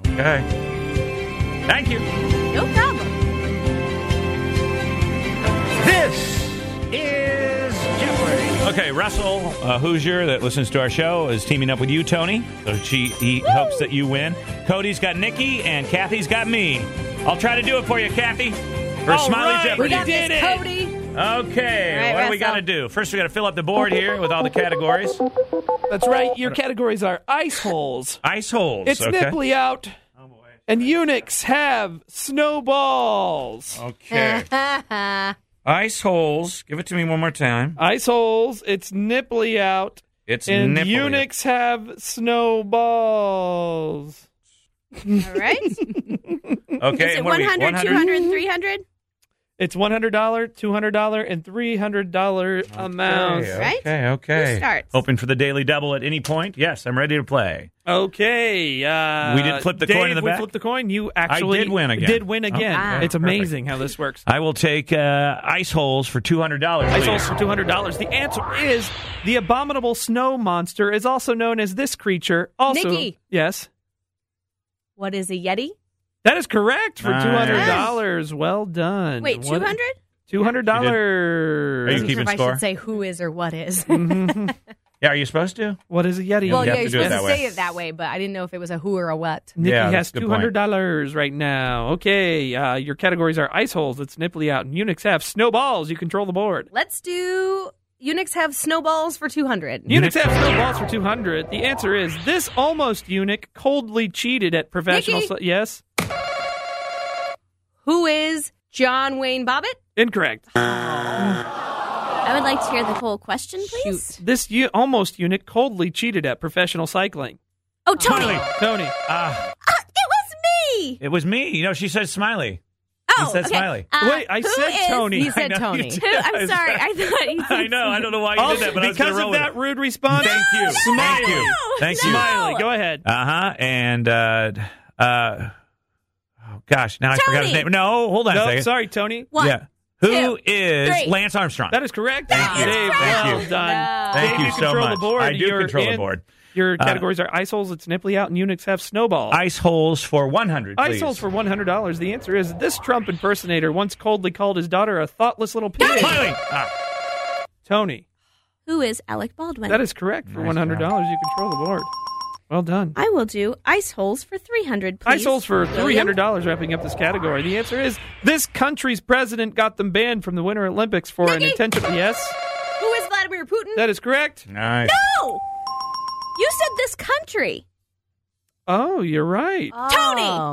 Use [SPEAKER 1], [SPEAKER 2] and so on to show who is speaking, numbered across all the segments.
[SPEAKER 1] Okay. Thank you.
[SPEAKER 2] No problem.
[SPEAKER 1] This is Jeopardy. Okay, Russell uh, Hoosier, that listens to our show, is teaming up with you, Tony. So she he hopes that you win. Cody's got Nikki, and Kathy's got me. I'll try to do it for you, Kathy. For
[SPEAKER 3] All
[SPEAKER 1] Smiley
[SPEAKER 3] right,
[SPEAKER 1] Jeopardy.
[SPEAKER 2] We got
[SPEAKER 3] did
[SPEAKER 2] this,
[SPEAKER 3] it.
[SPEAKER 2] Cody.
[SPEAKER 1] Okay,
[SPEAKER 2] All right,
[SPEAKER 1] what do we got
[SPEAKER 2] Russell.
[SPEAKER 1] to do? First, we got to fill up the board here with all the categories.
[SPEAKER 3] That's right. Your categories are ice holes.
[SPEAKER 1] Ice holes.
[SPEAKER 3] Oh. It's
[SPEAKER 1] okay.
[SPEAKER 3] nipply out.
[SPEAKER 1] Oh,
[SPEAKER 3] And eunuchs have snowballs.
[SPEAKER 1] Oh. Okay. Ice holes. Give it to me one more time.
[SPEAKER 3] Ice holes. It's nipply out.
[SPEAKER 1] It's
[SPEAKER 3] And
[SPEAKER 1] nipply.
[SPEAKER 3] eunuchs have snowballs.
[SPEAKER 2] All right.
[SPEAKER 1] Okay.
[SPEAKER 2] Is it
[SPEAKER 1] and what are we-
[SPEAKER 2] 100, 200, 300?
[SPEAKER 3] It's one hundred dollar, two hundred dollar, and three hundred dollar amounts.
[SPEAKER 1] Okay,
[SPEAKER 2] Right?
[SPEAKER 1] Okay, okay.
[SPEAKER 2] Who starts?
[SPEAKER 1] Open for the daily double at any point. Yes, I'm ready to play.
[SPEAKER 3] Okay. Uh,
[SPEAKER 1] We did flip the coin
[SPEAKER 3] Dave,
[SPEAKER 1] in the
[SPEAKER 3] we
[SPEAKER 1] back?
[SPEAKER 3] flipped the coin. You actually Oh,
[SPEAKER 1] did win again.
[SPEAKER 3] Did win again.
[SPEAKER 2] Wow.
[SPEAKER 3] It's amazing how this works.
[SPEAKER 1] I will take uh, ice holes for two hundred dollars.
[SPEAKER 3] Ice holes for two hundred dollars. The answer is the abominable snow monster is also known as this creature. Also,
[SPEAKER 2] Nikki.
[SPEAKER 3] yes,
[SPEAKER 2] What is a Yeti?
[SPEAKER 3] that is correct for
[SPEAKER 1] Nice.
[SPEAKER 3] two hundred dollars. Well done.
[SPEAKER 2] Wait, 200?
[SPEAKER 3] Two hundred
[SPEAKER 1] Are you
[SPEAKER 3] dollars.
[SPEAKER 1] keeping
[SPEAKER 2] I
[SPEAKER 1] score?
[SPEAKER 2] should say who is or what is.
[SPEAKER 1] Yeah, are you supposed to?
[SPEAKER 3] What is a yeti?
[SPEAKER 2] well,
[SPEAKER 1] You have
[SPEAKER 2] yeah,
[SPEAKER 1] to
[SPEAKER 2] you're
[SPEAKER 1] do it
[SPEAKER 2] supposed to
[SPEAKER 1] that way.
[SPEAKER 2] say it that way, but I didn't know if it was a who or a what.
[SPEAKER 3] Nikki
[SPEAKER 1] Yeah,
[SPEAKER 3] has
[SPEAKER 1] that's a
[SPEAKER 3] two
[SPEAKER 1] good point.
[SPEAKER 3] hundred dollars right now. Okay, uh, your categories are ice holes. It's nipply out, and Unix have snowballs. You control the board.
[SPEAKER 2] Let's do Unix have snowballs for 200.
[SPEAKER 3] Eunuchs have snowballs for 200. The answer is this almost eunuch coldly cheated at professional.
[SPEAKER 2] Nikki.
[SPEAKER 3] sl- yes?
[SPEAKER 2] Who is John Wayne Bobbitt?
[SPEAKER 3] Incorrect.
[SPEAKER 4] I would like to hear the whole question, please.
[SPEAKER 3] This eu- almost eunuch coldly cheated at professional cycling.
[SPEAKER 2] Oh, Tony.
[SPEAKER 1] Tony.
[SPEAKER 3] Tony.
[SPEAKER 1] Ah,
[SPEAKER 4] Uh, It was me.
[SPEAKER 1] it was me. You know, she said Smiley.
[SPEAKER 4] Oh,
[SPEAKER 1] he said
[SPEAKER 4] okay.
[SPEAKER 1] Smiley.
[SPEAKER 4] Uh,
[SPEAKER 3] Wait, I
[SPEAKER 4] who
[SPEAKER 3] said
[SPEAKER 4] is-
[SPEAKER 3] Tony.
[SPEAKER 2] He
[SPEAKER 1] I
[SPEAKER 2] said
[SPEAKER 1] know you
[SPEAKER 2] Tony.
[SPEAKER 1] did.
[SPEAKER 4] Who? I'm sorry. I thought he said
[SPEAKER 1] I know. I don't know why you
[SPEAKER 3] Also,
[SPEAKER 1] did Oh, that, but I was
[SPEAKER 3] because
[SPEAKER 1] gonna
[SPEAKER 3] of
[SPEAKER 1] roll
[SPEAKER 3] that
[SPEAKER 1] with
[SPEAKER 3] rude response.
[SPEAKER 1] it. Thank you. Thank
[SPEAKER 3] Smiley.
[SPEAKER 1] you. Thank you.
[SPEAKER 3] Smiley. Go ahead.
[SPEAKER 1] Uh huh. And uh, uh, oh gosh, now I forgot his
[SPEAKER 2] Tony.
[SPEAKER 1] name. No, hold on a
[SPEAKER 3] No,
[SPEAKER 1] second.
[SPEAKER 3] sorry, Tony.
[SPEAKER 2] One,
[SPEAKER 1] yeah. Who
[SPEAKER 2] two,
[SPEAKER 1] is
[SPEAKER 2] three.
[SPEAKER 1] Lance Armstrong?
[SPEAKER 3] That is correct.
[SPEAKER 1] Thank you.
[SPEAKER 3] Dave,
[SPEAKER 1] Thank
[SPEAKER 3] well
[SPEAKER 1] you.
[SPEAKER 3] done.
[SPEAKER 2] No.
[SPEAKER 1] Thank
[SPEAKER 3] Dave,
[SPEAKER 1] you,
[SPEAKER 3] you
[SPEAKER 1] so
[SPEAKER 3] control
[SPEAKER 1] much.
[SPEAKER 3] the board.
[SPEAKER 1] I do
[SPEAKER 3] You're
[SPEAKER 1] control the
[SPEAKER 3] in-
[SPEAKER 1] board. Uh,
[SPEAKER 3] Your categories are ice holes, it's nipply out, and eunuchs have snowballs.
[SPEAKER 1] Ice holes for one hundred.
[SPEAKER 3] Ice holes for one hundred dollars. The answer is this Trump impersonator once coldly called his daughter a thoughtless little pig.
[SPEAKER 1] Smiley. Ah,
[SPEAKER 3] Tony,
[SPEAKER 4] Who is Alec Baldwin?
[SPEAKER 3] that is correct for one hundred dollars. You control the board. Well done.
[SPEAKER 4] I will do ice holes for 300, please.
[SPEAKER 3] Ice holes for
[SPEAKER 4] William?
[SPEAKER 3] three hundred dollars. Wrapping up this category. The answer is this country's president got them banned from the Winter Olympics for an
[SPEAKER 2] Nikki!
[SPEAKER 3] intentional. Yes,
[SPEAKER 2] Who is Vladimir Putin?
[SPEAKER 3] that is correct.
[SPEAKER 1] nice.
[SPEAKER 4] No! You said this country.
[SPEAKER 3] Oh, you're right.
[SPEAKER 1] Oh.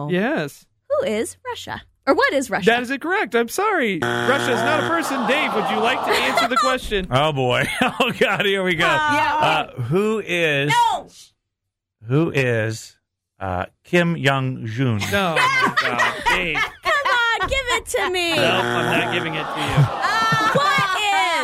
[SPEAKER 2] Tony.
[SPEAKER 3] Yes,
[SPEAKER 4] Who is Russia? Or what is Russia?
[SPEAKER 3] that is incorrect. I'm sorry. Russia is not a person. Dave, would you like to answer the question?
[SPEAKER 1] Oh boy! Oh god! Here we go.
[SPEAKER 2] Yeah.
[SPEAKER 1] Uh, who is
[SPEAKER 2] No.
[SPEAKER 1] who is uh, Kim Young Jun?
[SPEAKER 3] No, no, Dave.
[SPEAKER 4] Come on, give it to me.
[SPEAKER 3] No, I'm not giving it to you.
[SPEAKER 4] What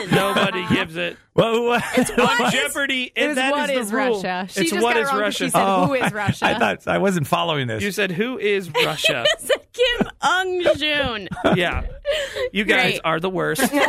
[SPEAKER 4] is?
[SPEAKER 3] Nobody gives it.
[SPEAKER 1] Well, it's
[SPEAKER 3] On Jeopardy,
[SPEAKER 2] It
[SPEAKER 3] and
[SPEAKER 2] is
[SPEAKER 3] that
[SPEAKER 2] what
[SPEAKER 3] the
[SPEAKER 2] is
[SPEAKER 3] rule.
[SPEAKER 2] Russia. She
[SPEAKER 3] it's
[SPEAKER 2] just
[SPEAKER 3] what
[SPEAKER 2] got it
[SPEAKER 3] is
[SPEAKER 2] wrong 'cause
[SPEAKER 3] Russia.
[SPEAKER 2] she said-
[SPEAKER 1] oh,
[SPEAKER 2] who is
[SPEAKER 1] I-
[SPEAKER 2] Russia?
[SPEAKER 1] I, thought I wasn't following this.
[SPEAKER 3] you said who is Russia?
[SPEAKER 4] It's a Kim Ung Joon.
[SPEAKER 3] yeah, you guys
[SPEAKER 4] Great.
[SPEAKER 3] are the worst. you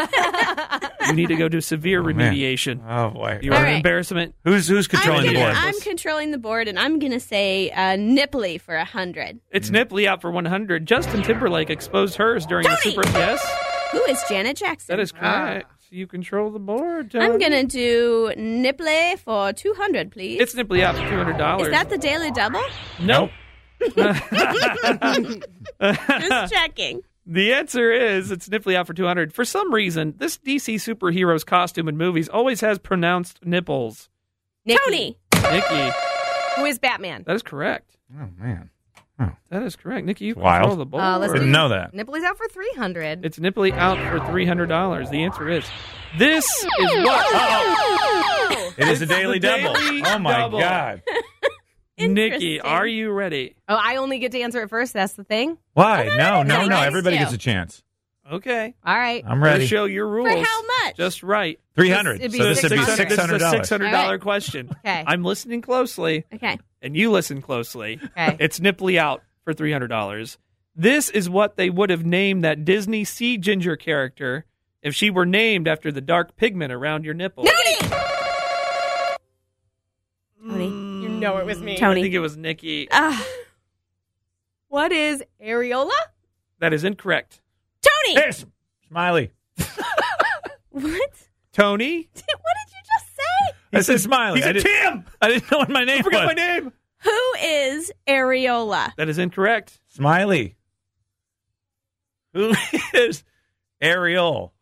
[SPEAKER 3] need to go do severe
[SPEAKER 1] man.
[SPEAKER 3] remediation.
[SPEAKER 1] oh boy!
[SPEAKER 3] You are an
[SPEAKER 4] right.
[SPEAKER 3] embarrassment.
[SPEAKER 1] Who's who's
[SPEAKER 4] I'm,
[SPEAKER 1] controlling the
[SPEAKER 4] gonna-
[SPEAKER 1] board?
[SPEAKER 4] I'm controlling the board, and I'm going to say uh, Nipley for 100.
[SPEAKER 3] It's Nipley out for 100. Justin Timberlake exposed hers during the Super. Yes,
[SPEAKER 4] Who is Janet Jackson?
[SPEAKER 3] that is correct. You control the board. Tony.
[SPEAKER 4] Ah. I'm going to do Nipley for 200, please.
[SPEAKER 3] It's Nipley out for two hundred dollars.
[SPEAKER 4] is that the Daily Double?
[SPEAKER 3] nope?
[SPEAKER 4] Just checking.
[SPEAKER 3] The answer is it's Nipley out for two hundred. For some reason, this DC superhero's costume in movies always has pronounced nipples.
[SPEAKER 2] Nikki.
[SPEAKER 4] Tony.
[SPEAKER 3] Nikki.
[SPEAKER 2] Who is Batman?
[SPEAKER 3] That is correct.
[SPEAKER 1] oh man!
[SPEAKER 3] That is correct. Nikki, you
[SPEAKER 1] It's wild.
[SPEAKER 3] control the board.
[SPEAKER 2] Uh, let's
[SPEAKER 1] Oh, Didn't know that.
[SPEAKER 2] Nipples out for 300.
[SPEAKER 3] it's nipply out for $300. The answer is this is what
[SPEAKER 1] It is a
[SPEAKER 3] It's
[SPEAKER 1] daily
[SPEAKER 3] the
[SPEAKER 1] double.
[SPEAKER 3] Daily
[SPEAKER 1] oh my
[SPEAKER 3] Double.
[SPEAKER 1] god!
[SPEAKER 3] Nikki,
[SPEAKER 4] Interesting.
[SPEAKER 3] are you ready?
[SPEAKER 2] Oh, I only get to answer it first. That's the thing.
[SPEAKER 1] Why? No, no,
[SPEAKER 4] no,
[SPEAKER 1] no!
[SPEAKER 4] no.
[SPEAKER 1] Everybody
[SPEAKER 4] You.
[SPEAKER 1] gets a chance.
[SPEAKER 3] Okay.
[SPEAKER 2] All right.
[SPEAKER 1] I'm
[SPEAKER 3] Let's
[SPEAKER 1] ready.
[SPEAKER 3] show your rules.
[SPEAKER 4] For how much?
[SPEAKER 3] Just right.
[SPEAKER 1] Three hundred.
[SPEAKER 2] It'd be
[SPEAKER 1] So this would be
[SPEAKER 2] $600.
[SPEAKER 1] six
[SPEAKER 3] This is a
[SPEAKER 1] hundred dollars.
[SPEAKER 3] $600
[SPEAKER 2] All right.
[SPEAKER 3] question.
[SPEAKER 2] Okay.
[SPEAKER 3] I'm listening closely,
[SPEAKER 4] Okay.
[SPEAKER 3] and you listen closely.
[SPEAKER 2] Okay.
[SPEAKER 3] It's nipply out for $300. This is what they would have named that Disney Sea Ginger character if she were named after the dark pigment around your nipple.
[SPEAKER 4] Tony.
[SPEAKER 2] You know it was me.
[SPEAKER 3] I
[SPEAKER 4] Tony.
[SPEAKER 3] think it was Nikki.
[SPEAKER 4] Ah,
[SPEAKER 2] What is areola?
[SPEAKER 3] That is incorrect.
[SPEAKER 4] Tony!
[SPEAKER 1] There's Smiley.
[SPEAKER 4] What? What
[SPEAKER 3] Tony,
[SPEAKER 4] did you just say?
[SPEAKER 1] I said Smiley.
[SPEAKER 3] he's
[SPEAKER 1] I
[SPEAKER 3] a
[SPEAKER 1] didn't-
[SPEAKER 3] Tim.
[SPEAKER 1] I didn't know what my name
[SPEAKER 3] I forgot
[SPEAKER 1] was.
[SPEAKER 3] my name.
[SPEAKER 4] Who is areola?
[SPEAKER 3] That is incorrect.
[SPEAKER 1] Smiley. Who is Ariel?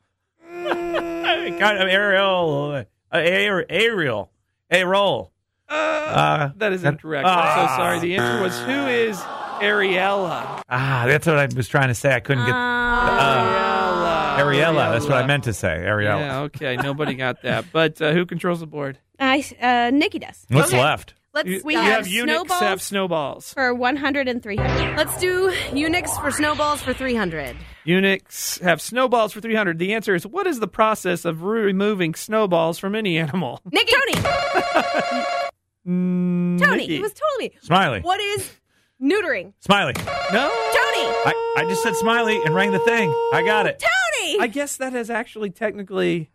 [SPEAKER 3] Mm.
[SPEAKER 1] God, Ariel. Uh, Ar- Ariel. Ariel. Uh,
[SPEAKER 3] That is incorrect. I'm so
[SPEAKER 1] Ah.
[SPEAKER 3] sorry. The answer was who is Ariella?
[SPEAKER 1] Ah, that's what I was trying to say. I couldn't get uh,
[SPEAKER 4] Um,
[SPEAKER 3] Ariella.
[SPEAKER 1] Ariella. That's what I meant to say. Ariella.
[SPEAKER 3] Yeah, okay. Nobody got that. But uh, who controls the board?
[SPEAKER 4] I, uh, Nikki does.
[SPEAKER 1] What's
[SPEAKER 2] Okay.
[SPEAKER 1] left?
[SPEAKER 2] Let's
[SPEAKER 3] You-
[SPEAKER 2] we
[SPEAKER 3] you
[SPEAKER 2] have
[SPEAKER 3] have Unix
[SPEAKER 4] snowballs.
[SPEAKER 3] have snowballs.
[SPEAKER 4] For 100 and 300.
[SPEAKER 2] let's do Unix for snowballs for 300.
[SPEAKER 3] Unix have snowballs for 300. The answer is what is the process of removing snowballs from any animal?
[SPEAKER 2] Nikki, Tony,
[SPEAKER 3] Mm,
[SPEAKER 2] Tony,
[SPEAKER 3] Nikki.
[SPEAKER 2] it was Tony.
[SPEAKER 1] Smiley.
[SPEAKER 2] What is neutering?
[SPEAKER 1] Smiley.
[SPEAKER 3] no.
[SPEAKER 2] Tony,
[SPEAKER 1] I, I just said Smiley and rang the thing. I got it.
[SPEAKER 4] Tony!
[SPEAKER 3] I guess that is actually technically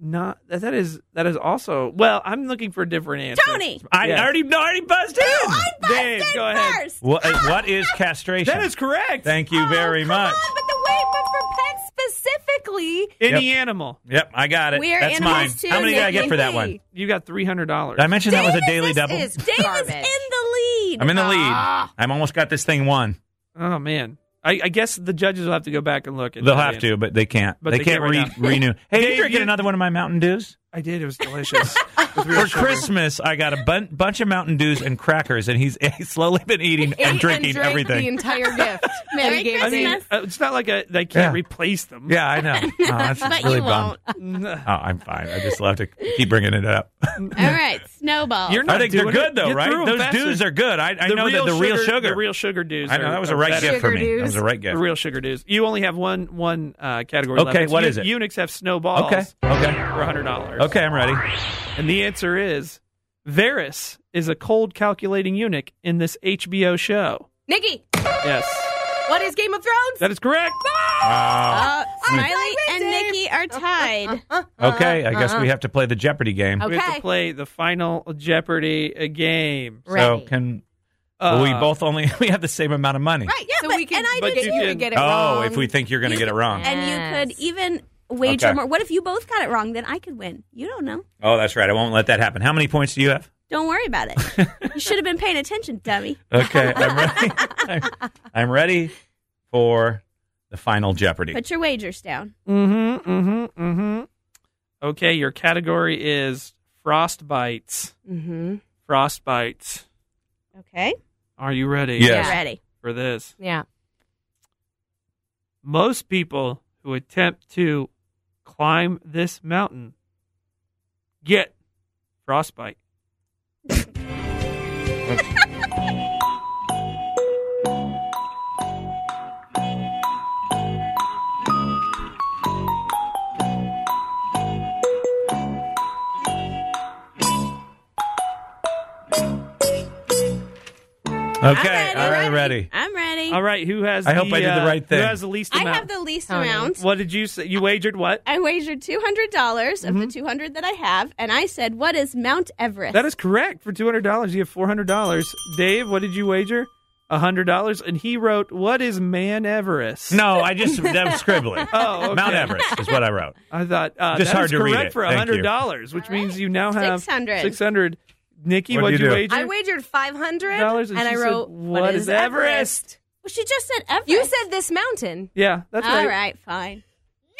[SPEAKER 3] not that that is that is also well, I'm looking for a different answer.
[SPEAKER 4] Tony!
[SPEAKER 1] I
[SPEAKER 3] Yeah.
[SPEAKER 1] already, no, I already buzzed in.
[SPEAKER 3] Dave, go ahead.
[SPEAKER 4] First!
[SPEAKER 1] What, uh, what is castration?
[SPEAKER 3] That is correct.
[SPEAKER 1] Thank you very much.
[SPEAKER 4] Oh, but the way, but for pets specifically.
[SPEAKER 3] any animal.
[SPEAKER 1] Yep, I got it.
[SPEAKER 4] We are
[SPEAKER 1] That's mine.
[SPEAKER 4] animals too,
[SPEAKER 1] How many did I
[SPEAKER 4] Nick
[SPEAKER 1] get for that
[SPEAKER 4] Lee.
[SPEAKER 1] one?
[SPEAKER 3] You got three hundred dollars.
[SPEAKER 1] Did I mention that was a daily
[SPEAKER 2] Davis
[SPEAKER 1] double?
[SPEAKER 2] Is
[SPEAKER 4] Dave is
[SPEAKER 2] garbage.
[SPEAKER 4] in the lead.
[SPEAKER 1] I'm in the lead.
[SPEAKER 2] Ah.
[SPEAKER 1] I'm almost got this thing won.
[SPEAKER 3] Oh man. I, I guess the judges will have to go back and look at
[SPEAKER 1] They'll
[SPEAKER 3] that
[SPEAKER 1] have
[SPEAKER 3] answer.
[SPEAKER 1] to, but they can't.
[SPEAKER 3] But
[SPEAKER 1] they,
[SPEAKER 3] they
[SPEAKER 1] can't
[SPEAKER 3] can't right
[SPEAKER 1] re- renew. Hey, did
[SPEAKER 3] Dave,
[SPEAKER 1] you ever get
[SPEAKER 3] you-
[SPEAKER 1] another one of my Mountain Dews?
[SPEAKER 3] I did, it was delicious. With real
[SPEAKER 1] For
[SPEAKER 3] sugar.
[SPEAKER 1] Christmas, I got a bun- bunch of Mountain Dews and crackers, and he's, he's slowly been eating
[SPEAKER 2] Ate
[SPEAKER 1] and drinking
[SPEAKER 2] drank
[SPEAKER 1] everything.
[SPEAKER 2] The entire gift.
[SPEAKER 4] Merry
[SPEAKER 2] He gave
[SPEAKER 3] I mean,
[SPEAKER 2] Dave.
[SPEAKER 4] Christmas.
[SPEAKER 3] uh, it's not like I, they can't
[SPEAKER 1] Yeah.
[SPEAKER 3] replace them.
[SPEAKER 1] yeah, I know. Oh, that's
[SPEAKER 4] But
[SPEAKER 1] really
[SPEAKER 4] you
[SPEAKER 1] bummed.
[SPEAKER 4] won't.
[SPEAKER 1] Oh, I'm fine. I just love to keep bringing it up.
[SPEAKER 4] All right, Snowball.
[SPEAKER 3] You're not
[SPEAKER 1] I think
[SPEAKER 3] doing
[SPEAKER 1] they're good
[SPEAKER 3] it.
[SPEAKER 1] though,
[SPEAKER 3] You threw
[SPEAKER 1] right?
[SPEAKER 3] 'em
[SPEAKER 1] Those
[SPEAKER 3] faster.
[SPEAKER 1] dues are good. I, I
[SPEAKER 3] The
[SPEAKER 1] know that the real sugar.
[SPEAKER 3] the real sugar dues.
[SPEAKER 1] I know
[SPEAKER 3] are-
[SPEAKER 1] that was
[SPEAKER 3] are
[SPEAKER 1] a right
[SPEAKER 3] better.
[SPEAKER 1] gift for
[SPEAKER 2] Sugar
[SPEAKER 1] me. That was
[SPEAKER 2] dues.
[SPEAKER 1] a right gift.
[SPEAKER 3] The real sugar dues. You only have one one uh, category
[SPEAKER 1] Okay,
[SPEAKER 3] left. It's
[SPEAKER 1] what
[SPEAKER 3] U-
[SPEAKER 1] is it?
[SPEAKER 3] Unix have snowballs.
[SPEAKER 1] Okay. Okay.
[SPEAKER 3] For hundred dollars.
[SPEAKER 1] Okay, I'm ready.
[SPEAKER 3] And the answer is Varys is a cold calculating eunuch in this HBO show.
[SPEAKER 2] Nikki,
[SPEAKER 3] Yes,
[SPEAKER 2] what is Game of Thrones?
[SPEAKER 3] that is correct.
[SPEAKER 1] Wow.
[SPEAKER 2] Uh-huh.
[SPEAKER 4] Uh, Smiley
[SPEAKER 2] sorry,
[SPEAKER 4] and
[SPEAKER 2] Dave.
[SPEAKER 4] Nikki are tied.
[SPEAKER 1] okay, I guess we have to play the Jeopardy game.
[SPEAKER 2] Okay.
[SPEAKER 3] We have to play the final Jeopardy uh, game.
[SPEAKER 1] So
[SPEAKER 2] Ready.
[SPEAKER 1] can
[SPEAKER 3] Uh,
[SPEAKER 1] we both only we have the same amount of money?
[SPEAKER 4] Right, yeah,
[SPEAKER 2] so
[SPEAKER 4] but,
[SPEAKER 2] we can,
[SPEAKER 4] and I
[SPEAKER 3] but
[SPEAKER 4] did
[SPEAKER 3] you
[SPEAKER 4] too.
[SPEAKER 3] can-
[SPEAKER 2] could get it
[SPEAKER 1] Oh,
[SPEAKER 2] wrong.
[SPEAKER 1] if we think you're going to
[SPEAKER 4] You
[SPEAKER 1] get it
[SPEAKER 4] could-
[SPEAKER 1] wrong.
[SPEAKER 4] And you
[SPEAKER 2] Yes.
[SPEAKER 4] could even wager
[SPEAKER 1] Okay.
[SPEAKER 4] more. What if you both got it wrong? Then I could win. You don't know.
[SPEAKER 1] Oh, that's right. I won't let that happen. How many points do you have?
[SPEAKER 4] Don't worry about it. you should have been paying attention, dummy.
[SPEAKER 1] Okay, I'm ready. I'm, I'm ready for the final Jeopardy.
[SPEAKER 4] Put your wagers down.
[SPEAKER 3] Mm-hmm. Mm-hmm. Mm-hmm. Okay, your category is frostbites.
[SPEAKER 2] Mm-hmm.
[SPEAKER 3] Frostbites.
[SPEAKER 4] Okay.
[SPEAKER 3] Are you ready?
[SPEAKER 1] Yes.
[SPEAKER 4] You're ready.
[SPEAKER 3] For this,
[SPEAKER 2] Yeah.
[SPEAKER 3] most people who attempt to climb this mountain get frostbite.
[SPEAKER 1] Okay,
[SPEAKER 4] I'm ready.
[SPEAKER 1] all right, ready.
[SPEAKER 4] I'm ready.
[SPEAKER 3] All right, who has?
[SPEAKER 1] I hope
[SPEAKER 3] the,
[SPEAKER 1] I did the
[SPEAKER 3] uh,
[SPEAKER 1] right thing.
[SPEAKER 3] Who has the least
[SPEAKER 4] I
[SPEAKER 3] amount?
[SPEAKER 4] have the least
[SPEAKER 2] Tony.
[SPEAKER 4] amount.
[SPEAKER 3] What did you say? You wagered what?
[SPEAKER 4] I wagered two hundred dollars of the two hundred that I have, and I said, "What is Mount Everest?"
[SPEAKER 3] That is correct. For two hundred dollars, you have four hundred dollars. Dave, what did you wager? hundred dollars, and he wrote, "What is Man Everest?"
[SPEAKER 1] No, I just that was scribbling.
[SPEAKER 3] Oh, okay.
[SPEAKER 1] Mount Everest is what I wrote.
[SPEAKER 3] I thought uh,
[SPEAKER 1] Just
[SPEAKER 3] that
[SPEAKER 1] hard
[SPEAKER 3] is
[SPEAKER 1] to read
[SPEAKER 3] correct
[SPEAKER 1] it.
[SPEAKER 3] for
[SPEAKER 1] Thank you.
[SPEAKER 3] hundred dollars, which means you now have
[SPEAKER 4] 600.
[SPEAKER 3] Six hundred. Nikki,
[SPEAKER 1] What'd
[SPEAKER 3] what'd
[SPEAKER 1] you
[SPEAKER 3] you,
[SPEAKER 1] do?
[SPEAKER 3] wager?
[SPEAKER 2] I wagered 500
[SPEAKER 3] Dollars,
[SPEAKER 2] and
[SPEAKER 3] and
[SPEAKER 2] I
[SPEAKER 3] she said,
[SPEAKER 2] wrote,
[SPEAKER 3] "What is Everest?"
[SPEAKER 4] well, she just said Everest.
[SPEAKER 2] You said this mountain.
[SPEAKER 3] yeah, that's
[SPEAKER 4] All
[SPEAKER 3] right.
[SPEAKER 4] right, fine.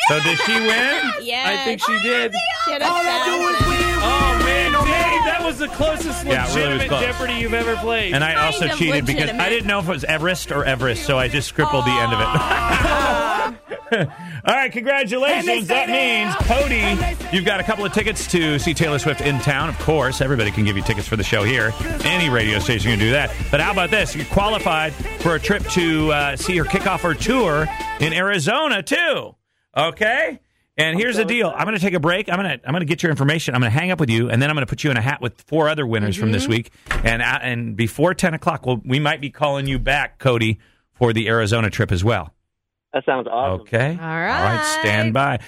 [SPEAKER 1] So did she win?
[SPEAKER 4] Yeah.
[SPEAKER 3] I think she did.
[SPEAKER 4] should have found it.
[SPEAKER 3] Oh man, Dave, that was the closest
[SPEAKER 1] Yeah, it
[SPEAKER 3] legitimate
[SPEAKER 1] really was close.
[SPEAKER 3] Jeopardy you've ever played.
[SPEAKER 1] And I also
[SPEAKER 4] Kind of
[SPEAKER 1] cheated because I
[SPEAKER 4] legitimate.
[SPEAKER 1] didn't know if it was Everest or Everest, so I just scribbled the end of it. All right, congratulations. That means, Cody, you've got a couple of tickets to see Taylor Swift in town. Of course, everybody can give you tickets for the show here. Any radio station can do that. But how about this? You're qualified for a trip to uh, see her kick off her tour in Arizona, too. Okay? And here's the deal. I'm going to take a break. I'm going to I'm going to get your information. I'm going to hang up with you, and then I'm going to put you in a hat with four other winners from this week. And uh, and before ten o'clock, well, we might be calling you back, Cody, for the Arizona trip as well.
[SPEAKER 5] That sounds awesome.
[SPEAKER 1] Okay.
[SPEAKER 2] All
[SPEAKER 1] All right.
[SPEAKER 2] right.
[SPEAKER 1] Stand by.